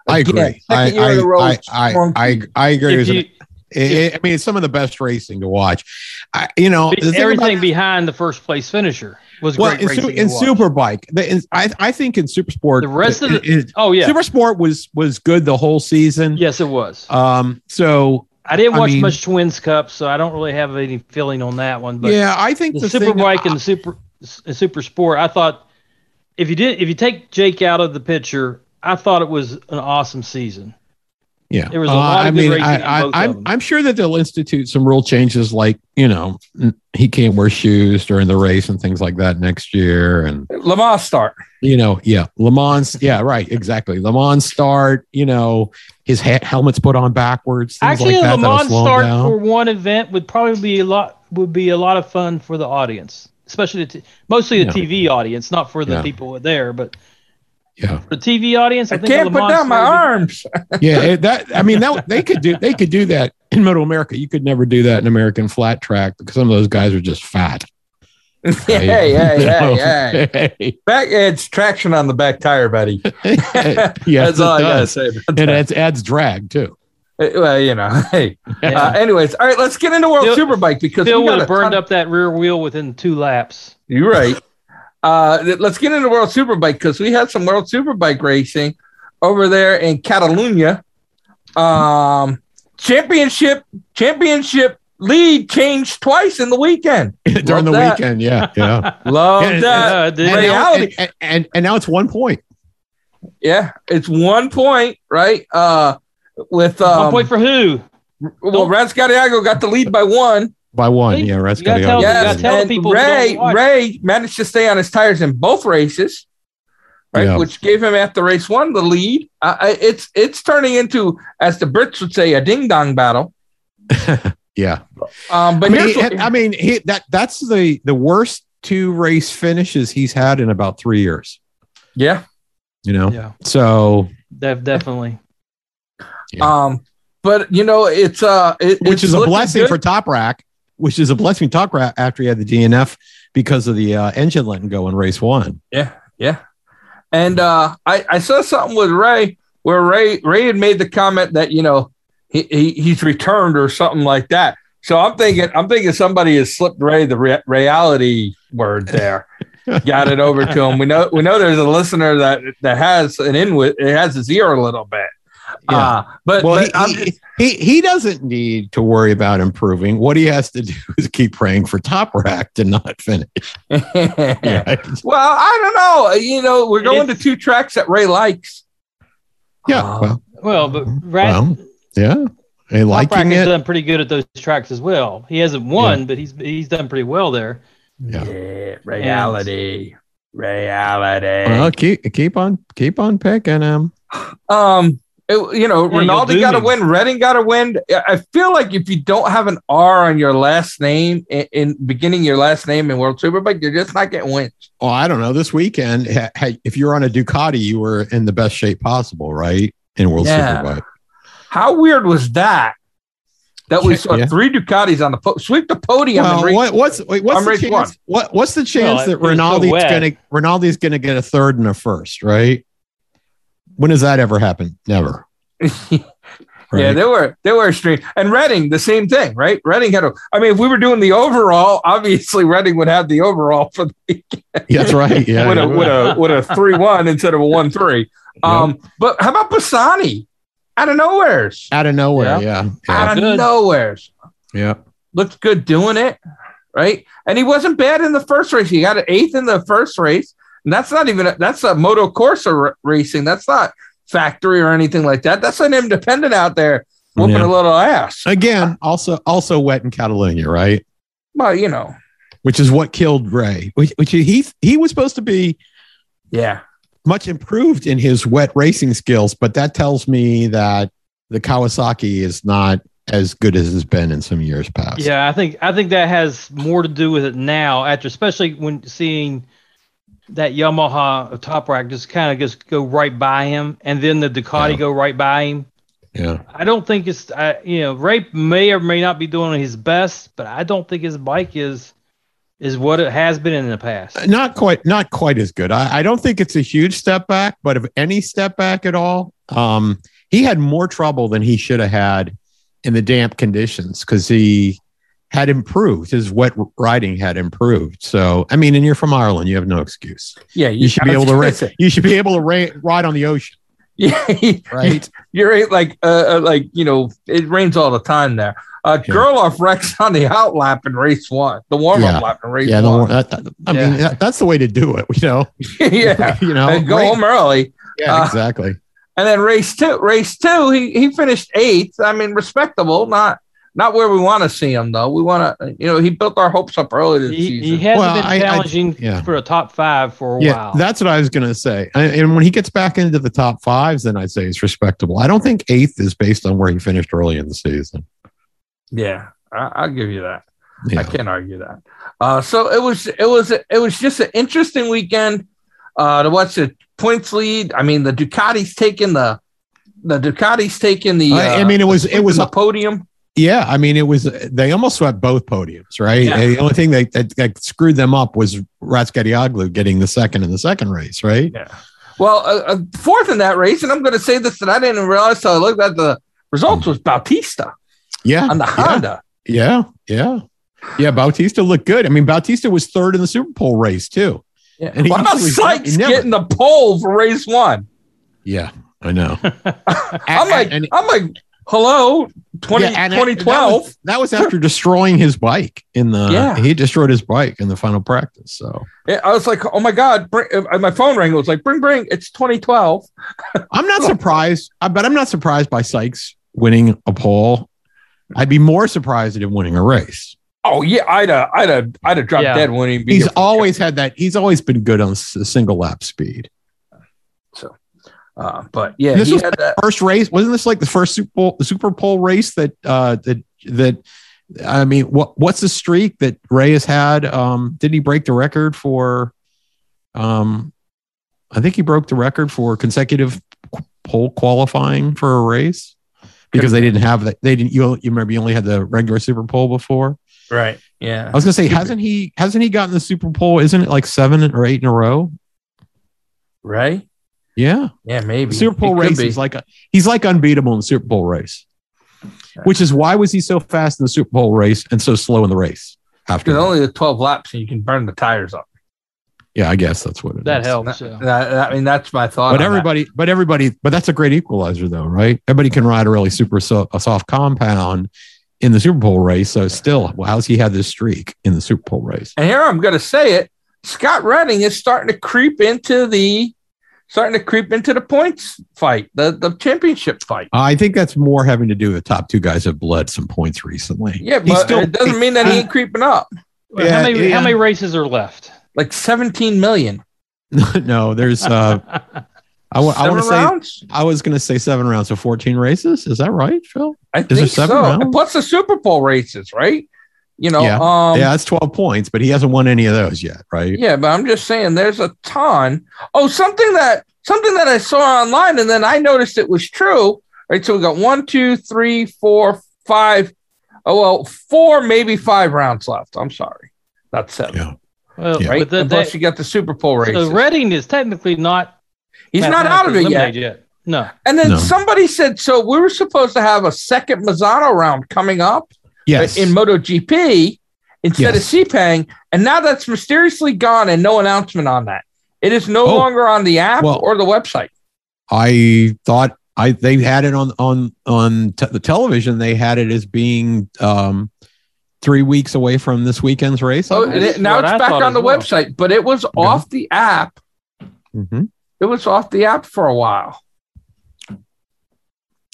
[SPEAKER 1] I agree.
[SPEAKER 2] Again,
[SPEAKER 1] I,
[SPEAKER 2] second year in a row,
[SPEAKER 1] I, I, I,
[SPEAKER 2] strong
[SPEAKER 1] I, I agree.
[SPEAKER 3] If
[SPEAKER 1] with
[SPEAKER 3] you,
[SPEAKER 1] it. It- it- I mean, it's some of the best racing to watch. I, you know, the thing about-
[SPEAKER 3] everything behind the first place finisher was
[SPEAKER 1] well,
[SPEAKER 3] great
[SPEAKER 1] in,
[SPEAKER 3] racing
[SPEAKER 1] su-
[SPEAKER 3] to
[SPEAKER 1] in
[SPEAKER 3] watch.
[SPEAKER 1] Superbike, the, in, I, I think in Supersport,
[SPEAKER 3] The rest of the-
[SPEAKER 1] it- it-
[SPEAKER 3] Oh yeah.
[SPEAKER 1] Supersport was was good the whole season.
[SPEAKER 3] yes, it was.
[SPEAKER 1] Um, so
[SPEAKER 3] I didn't
[SPEAKER 1] I
[SPEAKER 3] watch
[SPEAKER 1] mean-
[SPEAKER 3] much Twins Cup, so I don't really have any feeling on that one. But
[SPEAKER 1] yeah, I think
[SPEAKER 3] the,
[SPEAKER 1] the,
[SPEAKER 3] super
[SPEAKER 1] thing-
[SPEAKER 3] bike and the super s- and super sport. I thought if you did if you take Jake out of the picture, I thought it was an awesome season.
[SPEAKER 1] yeah,
[SPEAKER 3] there was a lot
[SPEAKER 1] Uh, I
[SPEAKER 3] of good
[SPEAKER 1] mean,
[SPEAKER 3] racing
[SPEAKER 1] I,
[SPEAKER 3] in
[SPEAKER 1] I,
[SPEAKER 3] both of
[SPEAKER 1] I'm
[SPEAKER 3] them.
[SPEAKER 1] I'm sure that they'll institute some rule changes, like you know, n- he can't wear shoes during the race and things like that next year, and
[SPEAKER 2] Lamar start.
[SPEAKER 1] you know, yeah, Le Mans, yeah, right, exactly, Le Mans start, you know, his ha- helmet's put on backwards, things
[SPEAKER 3] Actually,
[SPEAKER 1] like that,
[SPEAKER 3] a Le
[SPEAKER 1] that'll
[SPEAKER 3] Mans
[SPEAKER 1] slow him
[SPEAKER 3] start
[SPEAKER 1] down.
[SPEAKER 3] for one event would probably be a lot would be a lot of fun for the audience, especially the t- mostly the
[SPEAKER 1] Yeah.
[SPEAKER 3] TV audience, not for the
[SPEAKER 1] Yeah.
[SPEAKER 3] people there, but
[SPEAKER 1] yeah,
[SPEAKER 3] for the TV audience. I,
[SPEAKER 2] I
[SPEAKER 3] think a
[SPEAKER 2] can't
[SPEAKER 3] Le
[SPEAKER 2] put
[SPEAKER 3] Mans
[SPEAKER 2] down my
[SPEAKER 3] start would be-
[SPEAKER 2] arms.
[SPEAKER 1] yeah, it, that I mean, that they could do they could do that in Middle America. You could never do that in American flat track because some of those guys are just fat.
[SPEAKER 2] yeah, yeah, yeah, yeah.
[SPEAKER 1] yeah,
[SPEAKER 2] Back adds traction on the back tire, buddy.
[SPEAKER 1] yeah.
[SPEAKER 2] That's all I gotta
[SPEAKER 1] does.
[SPEAKER 2] say. About
[SPEAKER 1] And
[SPEAKER 2] that.
[SPEAKER 1] it adds drag too.
[SPEAKER 2] Uh, Well, you know, hey.
[SPEAKER 3] Yeah.
[SPEAKER 2] Uh, anyways, all right, let's get into World
[SPEAKER 3] Phil-
[SPEAKER 2] Superbike because
[SPEAKER 3] Phil
[SPEAKER 2] we got
[SPEAKER 3] would
[SPEAKER 2] a
[SPEAKER 3] have burned
[SPEAKER 2] ton-
[SPEAKER 3] up that rear wheel within two laps.
[SPEAKER 2] You're right. Uh, th- let's get into World Superbike because we had some World Superbike racing over there in Catalonia. Um, championship, championship lead changed twice in the weekend.
[SPEAKER 1] During the
[SPEAKER 2] that.
[SPEAKER 1] weekend, yeah, yeah.
[SPEAKER 2] Love
[SPEAKER 1] Yeah,
[SPEAKER 2] that.
[SPEAKER 3] Uh, did-
[SPEAKER 1] and, now,
[SPEAKER 2] reality-
[SPEAKER 1] and, and and now it's one point.
[SPEAKER 2] yeah, it's one point, right? Uh, with um,
[SPEAKER 3] one point for who?
[SPEAKER 2] well, Rascariago got the lead by one.
[SPEAKER 1] By one,
[SPEAKER 3] See?
[SPEAKER 1] yeah. That's
[SPEAKER 3] You gotta
[SPEAKER 1] gotta
[SPEAKER 3] tell-
[SPEAKER 1] go.
[SPEAKER 3] you
[SPEAKER 2] Yes,
[SPEAKER 3] gotta tell
[SPEAKER 2] and
[SPEAKER 3] people who
[SPEAKER 2] Ray
[SPEAKER 3] don't watch.
[SPEAKER 2] Ray managed to stay on his tires in both races, right?
[SPEAKER 1] Yeah.
[SPEAKER 2] Which gave him after race one the lead. I, I, it's it's turning into, as the Brits would say, a ding dong battle.
[SPEAKER 1] yeah.
[SPEAKER 2] Um,
[SPEAKER 1] I mean,
[SPEAKER 2] but here's
[SPEAKER 1] he-
[SPEAKER 2] what-
[SPEAKER 1] I mean, he, that that's the the worst two race finishes he's had in about three years.
[SPEAKER 2] yeah,
[SPEAKER 1] You know,
[SPEAKER 3] Yeah,
[SPEAKER 1] so
[SPEAKER 3] def- definitely.
[SPEAKER 1] Yeah.
[SPEAKER 2] Um, but you know, it's uh, it,
[SPEAKER 1] which
[SPEAKER 2] it's
[SPEAKER 1] is a
[SPEAKER 2] looking
[SPEAKER 1] blessing
[SPEAKER 2] good.
[SPEAKER 1] for Top Rack, which is a blessing to Top Rack after he had the DNF because of the uh, engine letting go in race one.
[SPEAKER 2] Yeah, yeah. And uh, I, I saw something with Ray where Ray Ray had made the comment that you know he, he he's returned or something like that. So I'm thinking I'm thinking somebody has slipped Ray the re- reality word there, got it over to him. We know we know there's a listener that that has an in with it has his ear a little bit.
[SPEAKER 1] Yeah.
[SPEAKER 2] Uh, but
[SPEAKER 1] well,
[SPEAKER 2] but
[SPEAKER 1] he,
[SPEAKER 2] I'm
[SPEAKER 1] he-
[SPEAKER 2] just-
[SPEAKER 1] he he doesn't need to worry about improving. What he has to do is keep praying for Top Rack to not finish. Right?
[SPEAKER 2] well I don't know. You know we're going
[SPEAKER 3] It's-
[SPEAKER 2] to two tracks that Ray likes.
[SPEAKER 1] Yeah. Well,
[SPEAKER 3] Well, but Rat,
[SPEAKER 1] well, yeah. And
[SPEAKER 3] Toprak
[SPEAKER 1] liking
[SPEAKER 3] has
[SPEAKER 1] it.
[SPEAKER 3] done pretty good at those tracks as well. He hasn't won, but he's he's done pretty well there.
[SPEAKER 1] Yeah.
[SPEAKER 2] reality, reality.
[SPEAKER 1] Well, keep keep on keep on picking him.
[SPEAKER 2] Um, It- you know,
[SPEAKER 3] Yeah, you'll
[SPEAKER 2] Ronaldo
[SPEAKER 3] do
[SPEAKER 2] got to
[SPEAKER 3] me.
[SPEAKER 2] win. Redding got to win. I- I feel like if you don't have an R on your last name in, in beginning your last name in World Superbike, you're just not getting wins.
[SPEAKER 1] Oh, I don't know. This weekend, ha- ha- if you're on a Ducati, you were in the best shape possible, right? In World
[SPEAKER 2] Yeah.
[SPEAKER 1] Superbike.
[SPEAKER 2] How weird was that? That we
[SPEAKER 1] Yeah,
[SPEAKER 2] saw
[SPEAKER 1] yeah.
[SPEAKER 2] three Ducatis on the po- sweep the podium.
[SPEAKER 1] Well,
[SPEAKER 2] and re-
[SPEAKER 1] what, what's wait,
[SPEAKER 2] I'm
[SPEAKER 1] what's the
[SPEAKER 2] race
[SPEAKER 1] chance?
[SPEAKER 2] one.
[SPEAKER 1] What what's the chance
[SPEAKER 3] Well,
[SPEAKER 1] that
[SPEAKER 3] it's so
[SPEAKER 1] Ronaldo's
[SPEAKER 3] wet.
[SPEAKER 1] gonna Ronaldo's gonna get a third and a first, right? When does that ever happen? Never.
[SPEAKER 2] Yeah,
[SPEAKER 1] right?
[SPEAKER 2] they were they were extreme. And Redding, the same thing, right? Redding had a. I mean, if we were doing the overall, obviously Redding would have the overall for the,
[SPEAKER 1] that's right. Yeah,
[SPEAKER 2] with,
[SPEAKER 1] yeah.
[SPEAKER 2] a, with a with a three one instead of a one three. Um, but how about Pisani? Out of nowhere's,
[SPEAKER 1] out of nowhere. Yeah, yeah,
[SPEAKER 2] out of
[SPEAKER 3] Good.
[SPEAKER 2] nowhere's.
[SPEAKER 1] yeah.
[SPEAKER 2] looked good doing it, right? And he wasn't bad in the first race. He got an eighth in the first race, and that's not even that's a Moto Corsa r- racing. That's not factory or anything like that. That's an independent out there whooping
[SPEAKER 1] Yeah.
[SPEAKER 2] a little ass.
[SPEAKER 1] Again, also also wet in Catalonia, right?
[SPEAKER 2] Well, you know,
[SPEAKER 1] Which is what killed Ray. Which, which he he was supposed to be
[SPEAKER 2] yeah,
[SPEAKER 1] much improved in his wet racing skills, but that tells me that the Kawasaki is not as good as it's been in some years past.
[SPEAKER 3] Yeah, I think I think that has more to do with it now. After especially when seeing that Yamaha top rack just kind of just go right by him, and then the Ducati
[SPEAKER 1] Yeah.
[SPEAKER 3] go right by him.
[SPEAKER 1] yeah.
[SPEAKER 3] I don't think it's I, you know Ray may or may not be doing his best, but I don't think his bike is is what it has been in the past.
[SPEAKER 1] Not quite, not quite as good. I, I don't think it's a huge step back, but if any step back at all, um, he had more trouble than he should have had in the damp conditions because he had improved. His wet riding had improved. So, I mean, and you're from Ireland, you have no excuse.
[SPEAKER 2] yeah.
[SPEAKER 1] You should be able to race. You should be able to ra- ride on the ocean,
[SPEAKER 2] Yeah,
[SPEAKER 1] right?
[SPEAKER 2] you're right, like uh, uh, like you know, it rains all the time there. Uh,
[SPEAKER 1] Yeah.
[SPEAKER 2] girl off wrecks on the out lap in race one, the warm up
[SPEAKER 1] Yeah.
[SPEAKER 2] lap in race
[SPEAKER 1] yeah, no,
[SPEAKER 2] one.
[SPEAKER 1] that, that- I
[SPEAKER 3] Yeah.
[SPEAKER 1] mean, that, that's the way to do it. You know,
[SPEAKER 2] yeah,
[SPEAKER 1] you know,
[SPEAKER 2] And go
[SPEAKER 1] Right?
[SPEAKER 2] home early.
[SPEAKER 1] Yeah,
[SPEAKER 2] Uh,
[SPEAKER 1] exactly.
[SPEAKER 2] And then race two, race two, he he finished eighth. I mean, respectable, not not where we want to see him though. We want to, you know, he built our hopes up early this
[SPEAKER 3] He, he
[SPEAKER 2] season.
[SPEAKER 3] hasn't
[SPEAKER 1] Well,
[SPEAKER 3] been
[SPEAKER 1] I- I-
[SPEAKER 3] challenging
[SPEAKER 1] yeah.
[SPEAKER 3] for a top five
[SPEAKER 2] Oh,
[SPEAKER 3] for a
[SPEAKER 1] Yeah,
[SPEAKER 3] while.
[SPEAKER 1] that's what I was gonna say. I, and when he gets back into the top fives, then I'd say it's respectable. I don't think eighth is based on where he finished early in the season.
[SPEAKER 2] yeah, I, I'll give you that. I
[SPEAKER 1] Yeah,
[SPEAKER 2] can't argue that. Uh, so it was it was it was just an interesting weekend uh, to watch the points lead. I mean, the Ducati's taking the the Ducati's taking the.
[SPEAKER 1] I, I
[SPEAKER 2] uh,
[SPEAKER 1] mean it was it was
[SPEAKER 2] the podium.
[SPEAKER 1] yeah. I mean it was they almost swept both podiums, right?
[SPEAKER 2] Yeah.
[SPEAKER 1] And the only thing that, that, that screwed them up was Ratsgadioglu getting the second in the second race, right?
[SPEAKER 2] Yeah. Well, uh, uh, fourth in that race, and I'm going to say this that I didn't realize till I looked at the results was Bautista.
[SPEAKER 1] Yeah,
[SPEAKER 2] on the Honda.
[SPEAKER 1] yeah, yeah, yeah. Bautista looked good. I mean, Bautista was third in the Super Bowl race too.
[SPEAKER 2] Yeah.
[SPEAKER 1] And he
[SPEAKER 2] What about
[SPEAKER 1] usually is
[SPEAKER 2] Sykes
[SPEAKER 1] never-
[SPEAKER 2] getting the pole for race one?
[SPEAKER 1] Yeah, I know.
[SPEAKER 2] I'm like,
[SPEAKER 1] And-
[SPEAKER 2] I'm like, hello, 20,
[SPEAKER 1] Yeah, and that-
[SPEAKER 2] 2012.
[SPEAKER 1] That was, that was after destroying his bike in the.
[SPEAKER 2] Yeah.
[SPEAKER 1] He destroyed his bike in the final practice. So
[SPEAKER 2] Yeah, I was like, oh my God, bring, uh, my phone rang. It was like, bring, bring, it's 2012.
[SPEAKER 1] I'm not surprised, I- but I'm not surprised by Sykes winning a pole. I'd be more surprised at him winning a race.
[SPEAKER 2] Oh yeah, I'd have, I'd have, I'd have dropped
[SPEAKER 3] Yeah.
[SPEAKER 2] dead when he beat
[SPEAKER 1] He's
[SPEAKER 2] him.
[SPEAKER 1] always had that. He's always been good on s- single lap speed.
[SPEAKER 2] Uh, but yeah,
[SPEAKER 1] This
[SPEAKER 2] he
[SPEAKER 1] was
[SPEAKER 2] had that.
[SPEAKER 1] First race wasn't this like the first Super Bowl, Super Bowl race that uh, that that. I mean, what what's the streak that Ray has had? Um, did he break the record for? Um, I think he broke the record for consecutive qu- pole qualifying for a race because they didn't have that. They didn't. You, you remember you only had the regular Super Bowl before.
[SPEAKER 2] Right. Yeah.
[SPEAKER 1] I was gonna say, hasn't he? Hasn't he gotten the Super Bowl? Isn't it like seven or eight in a row?
[SPEAKER 2] Right.
[SPEAKER 1] Yeah.
[SPEAKER 2] Yeah, maybe.
[SPEAKER 1] Super Bowl
[SPEAKER 2] Mm-hmm. It could
[SPEAKER 1] race
[SPEAKER 2] be.
[SPEAKER 1] is like a, he's like unbeatable in the Super Bowl race, which is why was he so fast in the Super Bowl race and so slow in the race after?
[SPEAKER 2] There's
[SPEAKER 1] that?
[SPEAKER 2] only the 12 laps and you can burn the tires up.
[SPEAKER 1] yeah, I guess that's what it is.
[SPEAKER 3] that helps.
[SPEAKER 2] That-
[SPEAKER 3] yeah.
[SPEAKER 2] that- I mean, that's my thought.
[SPEAKER 1] But
[SPEAKER 2] on that.
[SPEAKER 1] everybody, but everybody, but that's a great equalizer though, right? Everybody can ride a really super so, a soft compound in the Super Bowl race. So still, well, how's he had this streak in the Super Bowl race?
[SPEAKER 2] and here I'm going to say it. Scott Redding is starting to creep into the starting to creep into the points fight, the the championship fight.
[SPEAKER 1] I think that's more having to do with top two guys have bled some points recently.
[SPEAKER 2] Yeah,
[SPEAKER 1] He's
[SPEAKER 2] but
[SPEAKER 1] still-
[SPEAKER 2] it doesn't mean that he ain't creeping up.
[SPEAKER 3] Well,
[SPEAKER 1] Yeah,
[SPEAKER 3] how many
[SPEAKER 1] yeah.
[SPEAKER 3] how many races are left?
[SPEAKER 2] Like 17 million.
[SPEAKER 1] no, there's uh, I wa- I want to
[SPEAKER 2] Seven
[SPEAKER 1] say
[SPEAKER 2] rounds?
[SPEAKER 1] I was going to say seven rounds, so fourteen races. Is that right, Phil?
[SPEAKER 2] I
[SPEAKER 1] there
[SPEAKER 2] think
[SPEAKER 1] seven
[SPEAKER 2] so.
[SPEAKER 1] rounds?
[SPEAKER 2] And Plus the Super Bowl races, right? You know,
[SPEAKER 1] Yeah.
[SPEAKER 2] um,
[SPEAKER 1] yeah, that's twelve points, but he hasn't won any of those yet, right?
[SPEAKER 2] Yeah, but I'm just saying there's a ton. Oh, something that something that I saw online and then I noticed it was true. Right. So we got one, two, three, four, five. Oh well, four, maybe five rounds left. I'm sorry. That's seven.
[SPEAKER 1] Yeah.
[SPEAKER 3] Well,
[SPEAKER 1] Yeah.
[SPEAKER 2] Right.
[SPEAKER 3] but then
[SPEAKER 2] Plus
[SPEAKER 3] that-
[SPEAKER 2] you got the Super Bowl race.
[SPEAKER 3] so Redding is technically not.
[SPEAKER 2] He's not out of it
[SPEAKER 3] mathematically
[SPEAKER 2] yet.
[SPEAKER 3] eliminated yet. No.
[SPEAKER 2] And then
[SPEAKER 1] No.
[SPEAKER 2] somebody said, so we were supposed to have a second Mazzano round coming up
[SPEAKER 1] Yes.
[SPEAKER 2] in MotoGP instead
[SPEAKER 1] Yes.
[SPEAKER 2] of CPANG. And now that's mysteriously gone and no announcement on that. It is no
[SPEAKER 1] Oh.
[SPEAKER 2] longer on the app
[SPEAKER 1] Well-
[SPEAKER 2] or the website.
[SPEAKER 1] I thought I they had it on on on t- the television. They had it as being um, three weeks away from this weekend's race.
[SPEAKER 2] So
[SPEAKER 3] That's
[SPEAKER 2] Oh, it- now
[SPEAKER 3] what
[SPEAKER 2] it's
[SPEAKER 3] I
[SPEAKER 2] back
[SPEAKER 3] thought
[SPEAKER 2] on
[SPEAKER 3] as
[SPEAKER 2] the
[SPEAKER 3] well.
[SPEAKER 2] website, but it was
[SPEAKER 1] Yeah.
[SPEAKER 2] off the app.
[SPEAKER 1] Mhm.
[SPEAKER 2] It was off the app for a while.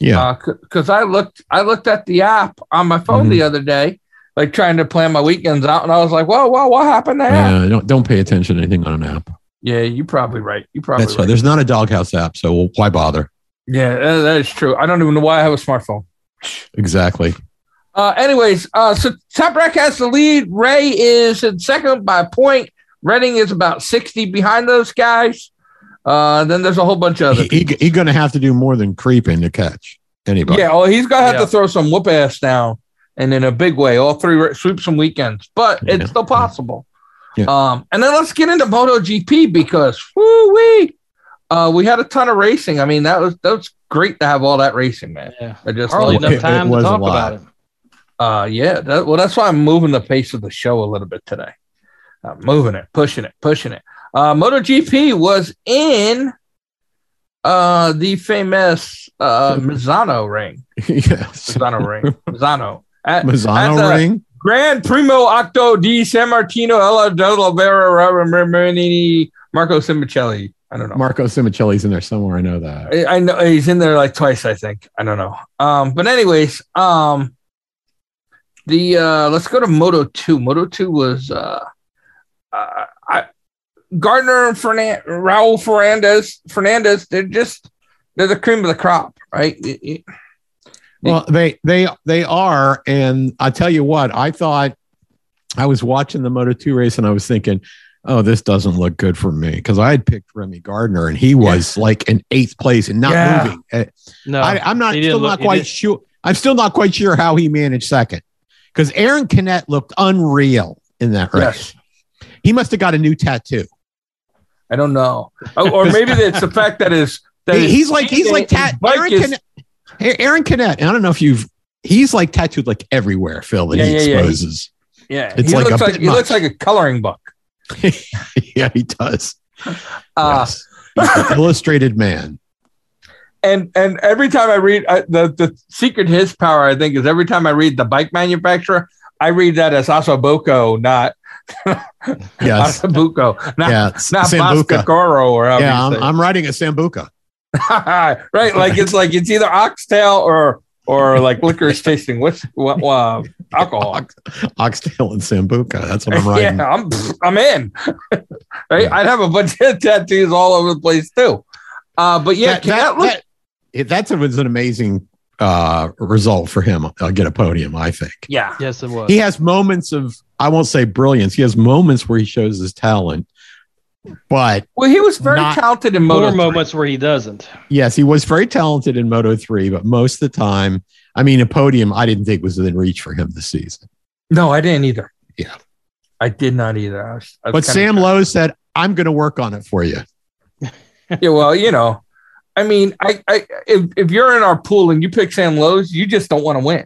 [SPEAKER 1] Yeah.
[SPEAKER 2] because I looked, I looked at the app on my phone the
[SPEAKER 1] Mm-hmm.
[SPEAKER 2] other day, like trying to plan my weekends out, and I was like, "Whoa, whoa, what happened there?" Yeah,
[SPEAKER 1] yeah. Don't don't pay attention to anything on an app.
[SPEAKER 2] you're probably right. You probably
[SPEAKER 1] That's why
[SPEAKER 2] right.
[SPEAKER 1] there's not a doghouse app, so why bother?
[SPEAKER 2] Yeah, that- that is true. I don't even know why I have a smartphone.
[SPEAKER 1] Exactly.
[SPEAKER 2] Uh, anyways, uh, so Toprak has the lead. Ray is in second by a point. Redding is about 60 behind those guys. Uh, then there's a whole bunch of other
[SPEAKER 1] He, he, he gonna have to do more than creeping to catch anybody.
[SPEAKER 2] Yeah, well, he's gonna have
[SPEAKER 3] Yeah.
[SPEAKER 2] to throw some whoop ass down, and in a big way, all three re- sweep some weekends, but
[SPEAKER 1] Yeah.
[SPEAKER 2] it's still possible.
[SPEAKER 1] Yeah.
[SPEAKER 2] Um, and then let's get into MotoGP because woo wee, uh, we had a ton of racing. I mean, that was that was great to have all that racing, man.
[SPEAKER 3] Yeah.
[SPEAKER 2] I just
[SPEAKER 3] Hardly
[SPEAKER 2] love it.
[SPEAKER 1] It-
[SPEAKER 3] enough time
[SPEAKER 1] it
[SPEAKER 3] to
[SPEAKER 1] was a
[SPEAKER 3] talk
[SPEAKER 1] lot.
[SPEAKER 3] about it.
[SPEAKER 2] Uh, yeah. That, well, that's why I'm moving the pace of the show a little bit today. I'm moving it, pushing it, pushing it. Uh, MotoGP was in uh the famous uh Misano ring.
[SPEAKER 1] yes.
[SPEAKER 2] Misano ring. Misano. At, That's
[SPEAKER 1] Mazzano
[SPEAKER 2] a-
[SPEAKER 1] ring.
[SPEAKER 2] Grand Primo Octo di San Martino Ella della Vera Robert Marini Marco Simoncelli. I don't know.
[SPEAKER 1] Marco Simoncelli's in there somewhere. I know that.
[SPEAKER 2] I, I know he's in there like twice, I think. I don't know. Um, but anyways, um the uh let's go to Moto 2. Moto 2 was uh, uh I Gardner and Fernan- Raul Fernandez Fernandez, they're just they're the cream of the crop, right? Y- y-
[SPEAKER 1] Well, they they they are, and I tell you what, I thought I was watching the Moto Two race, and I was thinking, oh, this doesn't look good for me because I had picked Remy Gardner, and he was like in eighth place and not
[SPEAKER 2] Yeah.
[SPEAKER 1] moving. Uh,
[SPEAKER 3] No.
[SPEAKER 1] I, I'm not
[SPEAKER 3] he didn't
[SPEAKER 1] still
[SPEAKER 3] look-
[SPEAKER 1] not
[SPEAKER 3] he
[SPEAKER 1] quite
[SPEAKER 3] didn't-
[SPEAKER 1] sure. I'm still not quite sure how he managed second because Aaron Canet looked unreal in that race.
[SPEAKER 2] Yes.
[SPEAKER 1] He must have got a new tattoo.
[SPEAKER 2] I don't know. Oh, or maybe it's the fact that is that
[SPEAKER 1] He-
[SPEAKER 2] his
[SPEAKER 1] he's like he's like
[SPEAKER 2] his
[SPEAKER 1] tat-
[SPEAKER 2] bike
[SPEAKER 1] Aaron
[SPEAKER 2] is-
[SPEAKER 1] Canet. Aaron Canet. I don't know if you've. He's like tattooed like everywhere, Phil, that
[SPEAKER 2] Yeah,
[SPEAKER 1] he
[SPEAKER 2] yeah, yeah.
[SPEAKER 1] exposes.
[SPEAKER 2] Yeah,
[SPEAKER 1] It's
[SPEAKER 2] he
[SPEAKER 1] like a
[SPEAKER 2] looks
[SPEAKER 1] bit
[SPEAKER 2] like he looks
[SPEAKER 1] much.
[SPEAKER 2] like a coloring book.
[SPEAKER 1] yeah, he does.
[SPEAKER 2] Uh,
[SPEAKER 1] yes. He's an illustrated man.
[SPEAKER 2] and and every time I read I, the the secret to his power, I think is every time I read the bike manufacturer, I read that as Asabuco, not
[SPEAKER 1] Yes.
[SPEAKER 2] Asabuco, not
[SPEAKER 1] yeah.
[SPEAKER 2] not
[SPEAKER 1] Sambuca.
[SPEAKER 2] Mascacoro or however
[SPEAKER 1] Yeah,
[SPEAKER 2] you
[SPEAKER 1] I'm,
[SPEAKER 2] say
[SPEAKER 1] I'm writing a Sambuca.
[SPEAKER 2] it. right. Like it's like it's either oxtail or or like licorice tasting what's what uh, alcohol.
[SPEAKER 1] Ox, oxtail and Sambuca. That's what I'm writing.
[SPEAKER 2] Yeah, I'm I'm in. right,
[SPEAKER 1] Yeah.
[SPEAKER 2] I'd have a bunch of tattoos all over the place too. Uh, but yeah,
[SPEAKER 1] That- that-
[SPEAKER 2] look,
[SPEAKER 1] that- it- that's a- was an amazing uh, result for him. I'll get a podium, I think.
[SPEAKER 2] yeah,
[SPEAKER 3] Yes, it was.
[SPEAKER 1] He has moments of, I won't say brilliance, he has moments where he shows his talent. But
[SPEAKER 2] Well, he was very
[SPEAKER 1] Not-
[SPEAKER 2] talented in
[SPEAKER 3] More
[SPEAKER 2] motor.
[SPEAKER 3] moments where he doesn't.
[SPEAKER 1] Yes, he was very talented in Moto 3, but most of the time, I mean, a podium I didn't think was within reach for him this season.
[SPEAKER 2] No, I didn't either.
[SPEAKER 1] Yeah.
[SPEAKER 2] I did not either. I was, I was
[SPEAKER 1] But
[SPEAKER 2] kinda
[SPEAKER 1] Sam
[SPEAKER 2] shocked.
[SPEAKER 1] Lowe said, I'm going to work on it for you.
[SPEAKER 2] Yeah, well, you know, I mean, I, I if, if you're in our pool and you pick Sam Lowe's, you just don't want to win,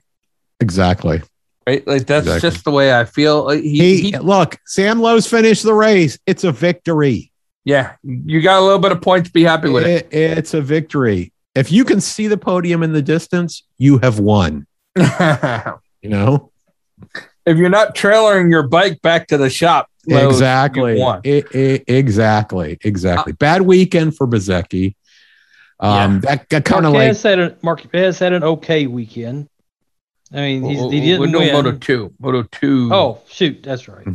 [SPEAKER 1] Exactly.
[SPEAKER 2] right? Like that's
[SPEAKER 1] Exactly.
[SPEAKER 2] just the way I feel. Like,
[SPEAKER 1] He,
[SPEAKER 2] he, he,
[SPEAKER 1] look, Sam Lowe's finished the race. It's a victory.
[SPEAKER 2] yeah, you got a little bit of points. Be happy with it.
[SPEAKER 1] It- it's a victory. If you can see the podium in the distance, you have won. You know
[SPEAKER 2] if you're not trailering your bike back to the shop, Lowe's,
[SPEAKER 1] exactly.
[SPEAKER 2] you won. Uh,
[SPEAKER 1] It- it- exactly. Exactly. Bad weekend for Bezecchi. Um, that got kind of like
[SPEAKER 3] Marquez had a, Marquez had an okay weekend. I mean, he's, he
[SPEAKER 2] We're
[SPEAKER 3] didn't
[SPEAKER 2] doing
[SPEAKER 3] win.
[SPEAKER 2] Moto two, Moto two.
[SPEAKER 3] Oh shoot, that's right.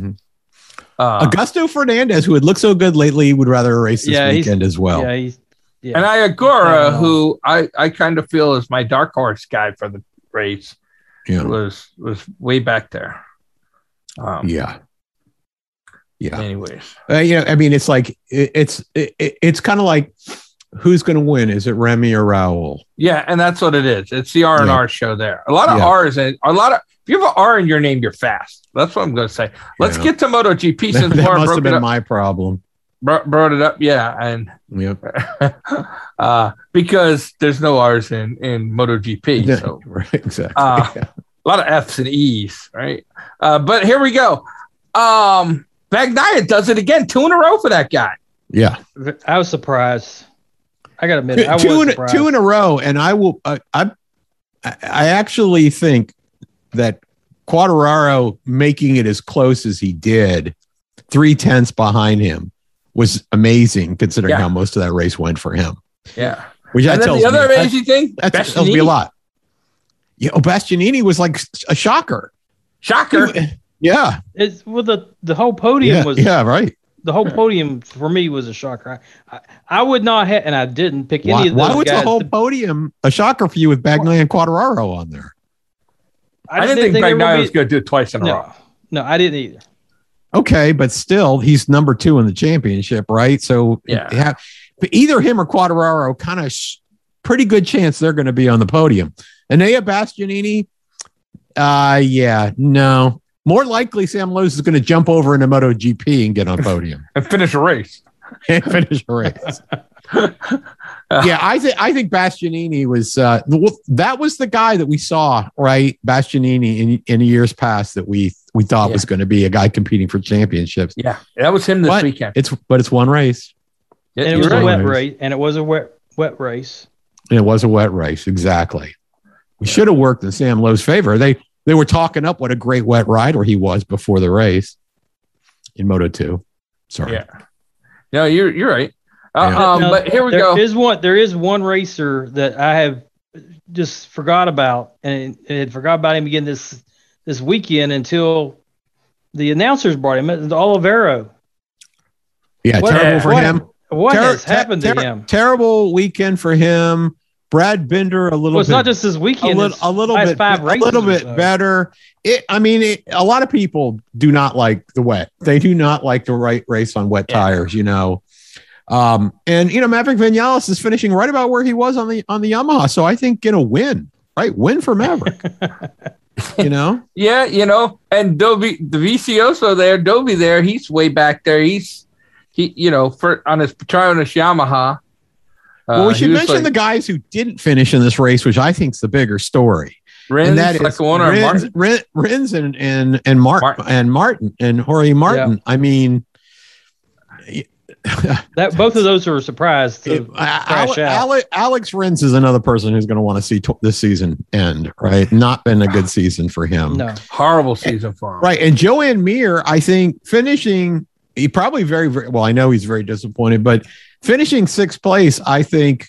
[SPEAKER 2] uh,
[SPEAKER 1] Augusto Fernandez, who had looked so good lately, would rather race this
[SPEAKER 3] Yeah, he's-
[SPEAKER 1] weekend as well.
[SPEAKER 3] Yeah, he's Yeah.
[SPEAKER 2] And Iagora,
[SPEAKER 3] Yeah.
[SPEAKER 2] who I, I kind of feel is my dark horse guy for the race,
[SPEAKER 1] Yeah.
[SPEAKER 2] was was way back there. Um,
[SPEAKER 1] Yeah. Yeah.
[SPEAKER 2] Anyways,
[SPEAKER 1] Uh, you know, I mean, it's like it, it's it, it's kind of like who's going to win? Is it Remy or Raoul?
[SPEAKER 2] yeah, and that's what it is. It's the R and R show there. A lot of
[SPEAKER 1] Yeah.
[SPEAKER 2] R's and a lot of if you have an R in your name, you're fast. That's what I'm going to say. Let's
[SPEAKER 1] Yeah.
[SPEAKER 2] get to MotoGP
[SPEAKER 1] That,
[SPEAKER 2] since
[SPEAKER 1] that must
[SPEAKER 2] Warren
[SPEAKER 1] have
[SPEAKER 2] broke it
[SPEAKER 1] been
[SPEAKER 2] up,
[SPEAKER 1] my problem.
[SPEAKER 2] bro- brought it up. Yeah, and
[SPEAKER 1] Yep.
[SPEAKER 2] uh, because there's no R's in in MotoGP, so
[SPEAKER 1] right, exactly.
[SPEAKER 2] Uh, a lot of F's and E's, right? Uh, but here we go. Um, Bagnaia does it again, two in a row for that guy.
[SPEAKER 1] yeah.
[SPEAKER 3] I was surprised. I gotta admit, I
[SPEAKER 1] Two,
[SPEAKER 3] was
[SPEAKER 1] two, in,
[SPEAKER 3] surprised.
[SPEAKER 1] two in a row, and I will. I I, I actually think that Quateraro making it as close as he did, three tenths behind him, was amazing considering
[SPEAKER 2] Yeah.
[SPEAKER 1] how most of that race went for him.
[SPEAKER 2] Yeah.
[SPEAKER 1] Which that
[SPEAKER 2] and then
[SPEAKER 1] tells
[SPEAKER 2] the other
[SPEAKER 1] me, that,
[SPEAKER 2] amazing thing,
[SPEAKER 1] that tells me a
[SPEAKER 2] Bastianini.
[SPEAKER 1] lot. Yeah, oh, Bastianini was like a shocker.
[SPEAKER 2] Shocker.
[SPEAKER 1] Yeah,
[SPEAKER 3] It's well the the whole podium
[SPEAKER 1] yeah,
[SPEAKER 3] was
[SPEAKER 1] yeah, right.
[SPEAKER 3] the whole podium for me was a shocker. I, I, I would not have, and I didn't pick any
[SPEAKER 1] Why,
[SPEAKER 3] of
[SPEAKER 1] why
[SPEAKER 3] those
[SPEAKER 1] was
[SPEAKER 3] guys.
[SPEAKER 1] the whole podium a shocker for you with Bagnaya and Quateraro on there?
[SPEAKER 2] I, didn't think,
[SPEAKER 3] there would
[SPEAKER 2] Bagnaia
[SPEAKER 3] be-
[SPEAKER 2] was going to do it twice in a row.
[SPEAKER 3] No, no, I didn't either.
[SPEAKER 1] Okay, but still, he's number two in the championship, right? So,
[SPEAKER 2] Yeah.
[SPEAKER 1] but either him or Quateraro, kind of sh- pretty good chance they're going to be on the podium. Anea Bastianini, uh, yeah, no. More likely, Sam Lowe's is going to jump over into MotoGP and get on podium
[SPEAKER 2] And finish a race.
[SPEAKER 1] and finish the race. yeah, I think I think Bastianini was uh, well, that was the guy that we saw right, Bastianini in in years past that we we thought
[SPEAKER 2] Yeah.
[SPEAKER 1] was going to be a guy competing for championships.
[SPEAKER 2] Yeah. That was him this
[SPEAKER 1] What?
[SPEAKER 2] weekend.
[SPEAKER 1] It's but it's one race.
[SPEAKER 2] Yeah,
[SPEAKER 3] And it
[SPEAKER 2] you're
[SPEAKER 3] was
[SPEAKER 1] right.
[SPEAKER 3] a wet race, and it was a wet wet race.
[SPEAKER 1] And it was a wet race, exactly. We should have worked in Sam Lowe's favor. They they were talking up what a great wet rider he was before the race in Moto Two. Sorry.
[SPEAKER 2] Yeah. No, you're, you're right. Uh,
[SPEAKER 1] Yeah.
[SPEAKER 2] um,
[SPEAKER 3] Now,
[SPEAKER 2] but here we
[SPEAKER 3] there
[SPEAKER 2] go.
[SPEAKER 3] is one. There is one racer that I have just forgot about, and, and had forgot about him again this this weekend until the announcers brought him. It's Olivero.
[SPEAKER 1] Yeah,
[SPEAKER 3] What-
[SPEAKER 1] terrible for
[SPEAKER 3] what-
[SPEAKER 1] him.
[SPEAKER 3] What
[SPEAKER 1] Ter-
[SPEAKER 3] has
[SPEAKER 1] ter-
[SPEAKER 3] happened
[SPEAKER 1] ter-
[SPEAKER 3] to him?
[SPEAKER 1] Terrible weekend for him. Brad Bender a little
[SPEAKER 3] Well, it's
[SPEAKER 1] bit
[SPEAKER 3] not just this
[SPEAKER 1] a
[SPEAKER 3] weekend.
[SPEAKER 1] little,
[SPEAKER 3] it's
[SPEAKER 1] a little
[SPEAKER 3] last
[SPEAKER 1] bit
[SPEAKER 3] five
[SPEAKER 1] a
[SPEAKER 3] races uh,
[SPEAKER 1] little
[SPEAKER 3] or
[SPEAKER 1] bit
[SPEAKER 3] so.
[SPEAKER 1] better. It, I mean, it, a lot of people do not like the wet. They do not like the right race on wet
[SPEAKER 2] Yeah.
[SPEAKER 1] tires, you know. Um, and you know, Maverick Vinales is finishing right about where he was on the on the Yamaha, so I think gonna win, right? Win for Maverick. you know,
[SPEAKER 2] Yeah, you know, and Doby the Vicioso there, Doby there, he's way back there. He's he, you know, for on his Petronas Yamaha. Uh,
[SPEAKER 1] well, we should
[SPEAKER 2] he was
[SPEAKER 1] mention the
[SPEAKER 2] like,
[SPEAKER 1] guys who didn't finish in this race, which I think is the bigger story.
[SPEAKER 2] Rins,
[SPEAKER 1] and that is
[SPEAKER 2] Lecuona, and
[SPEAKER 1] Rins,
[SPEAKER 2] Martin.
[SPEAKER 1] Rin- Rins and and and Mark
[SPEAKER 2] Martin.
[SPEAKER 1] and Martin and Jorge Martin. I mean,
[SPEAKER 3] That both of those are surprised. to-
[SPEAKER 1] It-
[SPEAKER 3] crash
[SPEAKER 1] Ale-
[SPEAKER 3] out.
[SPEAKER 1] Ale- Alex Rins is another person who's going to want to see tw this season end, right? Not been a good season for him.
[SPEAKER 3] no,
[SPEAKER 2] Horrible season for him.
[SPEAKER 1] Right. And Joanne Mir, I think finishing, he probably very, very, well, I know he's very disappointed, but finishing sixth place, I think.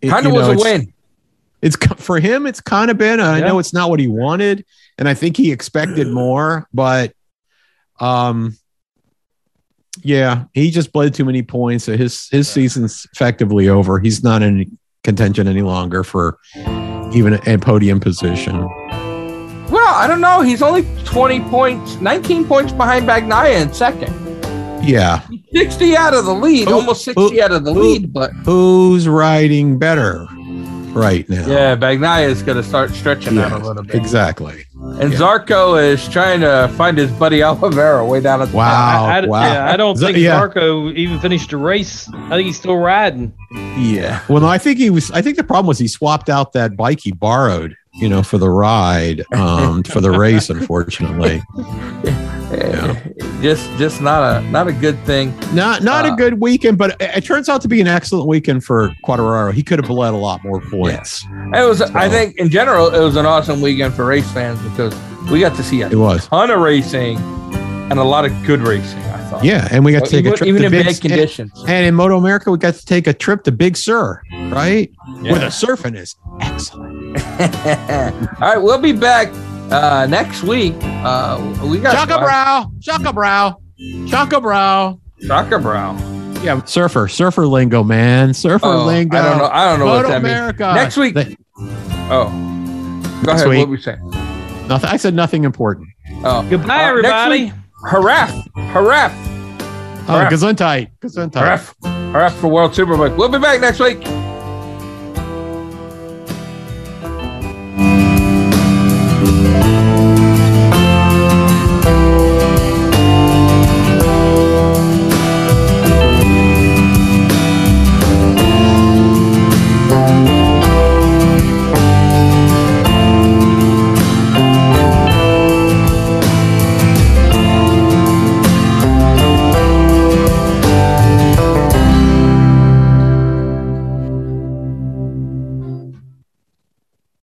[SPEAKER 1] it-
[SPEAKER 2] Kind of
[SPEAKER 1] you
[SPEAKER 2] was
[SPEAKER 1] know,
[SPEAKER 2] a
[SPEAKER 1] it's-
[SPEAKER 2] win.
[SPEAKER 1] It's co- for him, it's kind of been, I
[SPEAKER 3] Yeah.
[SPEAKER 1] know it's not what he wanted. And I think he expected more, but, um, yeah, he just bled too many points. So his his season's effectively over. He's not in contention any longer for even a, a podium position.
[SPEAKER 2] Well, I don't know. He's only 20 points, 19 points behind Bagnaia in second.
[SPEAKER 1] Yeah,
[SPEAKER 2] 60 out of the lead,
[SPEAKER 1] Who-
[SPEAKER 2] almost 60
[SPEAKER 1] who-
[SPEAKER 2] out of the
[SPEAKER 1] who-
[SPEAKER 2] lead, but
[SPEAKER 1] who's riding better right now?
[SPEAKER 2] yeah, Bagnaia is going to start stretching out
[SPEAKER 1] Yes,
[SPEAKER 2] a little bit.
[SPEAKER 1] exactly.
[SPEAKER 2] And
[SPEAKER 1] yeah.
[SPEAKER 2] Zarco is trying to find his buddy Oliveira way down at the bottom.
[SPEAKER 1] Wow,
[SPEAKER 3] I, I-
[SPEAKER 1] wow.
[SPEAKER 3] yeah, I don't
[SPEAKER 1] Z-
[SPEAKER 3] think
[SPEAKER 1] yeah.
[SPEAKER 3] Marco even finished the race. I think he's still riding.
[SPEAKER 1] Yeah. Well, no, I think he was. I think the problem was he swapped out that bike he borrowed, you know, for the ride, um, for the race. Unfortunately, Yeah.
[SPEAKER 2] just just not a not a good thing.
[SPEAKER 1] not not
[SPEAKER 2] Uh,
[SPEAKER 1] a good weekend, but it, it turns out to be an excellent weekend for Quateraro. He could have bled a lot more points.
[SPEAKER 2] It was I think in general it was an awesome weekend for race fans because we got to see a
[SPEAKER 1] It was.
[SPEAKER 2] ton of racing and a lot of good racing. I thought
[SPEAKER 1] Yeah, and we got to take
[SPEAKER 2] even,
[SPEAKER 1] a trip
[SPEAKER 2] even
[SPEAKER 1] to
[SPEAKER 2] in
[SPEAKER 1] Big-
[SPEAKER 2] bad conditions.
[SPEAKER 1] And, and in Moto America, we got to take a trip to Big Sur, right?
[SPEAKER 2] Yeah.
[SPEAKER 1] Where the surfing is excellent.
[SPEAKER 2] All right, we'll be back uh, next week. Uh, we got
[SPEAKER 1] Chaka brow, chaka brow, chaka brow.
[SPEAKER 2] Chaka Brow.
[SPEAKER 1] Yeah, surfer, surfer lingo, man, surfer
[SPEAKER 2] Oh, I
[SPEAKER 1] lingo.
[SPEAKER 2] don't know. I don't know
[SPEAKER 1] Moto
[SPEAKER 2] what that means.
[SPEAKER 1] America.
[SPEAKER 2] Next week-
[SPEAKER 1] They-
[SPEAKER 2] Oh, go
[SPEAKER 1] Next
[SPEAKER 2] ahead.
[SPEAKER 1] week.
[SPEAKER 2] What we say?
[SPEAKER 1] nothing, I said nothing important.
[SPEAKER 2] Oh, Uh,
[SPEAKER 3] Goodbye,
[SPEAKER 2] next
[SPEAKER 3] everybody.
[SPEAKER 2] harass, harass,
[SPEAKER 1] Oh,
[SPEAKER 2] Crap.
[SPEAKER 1] Gesundheit. Gesundheit.
[SPEAKER 2] harass, harass for World Superbike. We'll be back next week.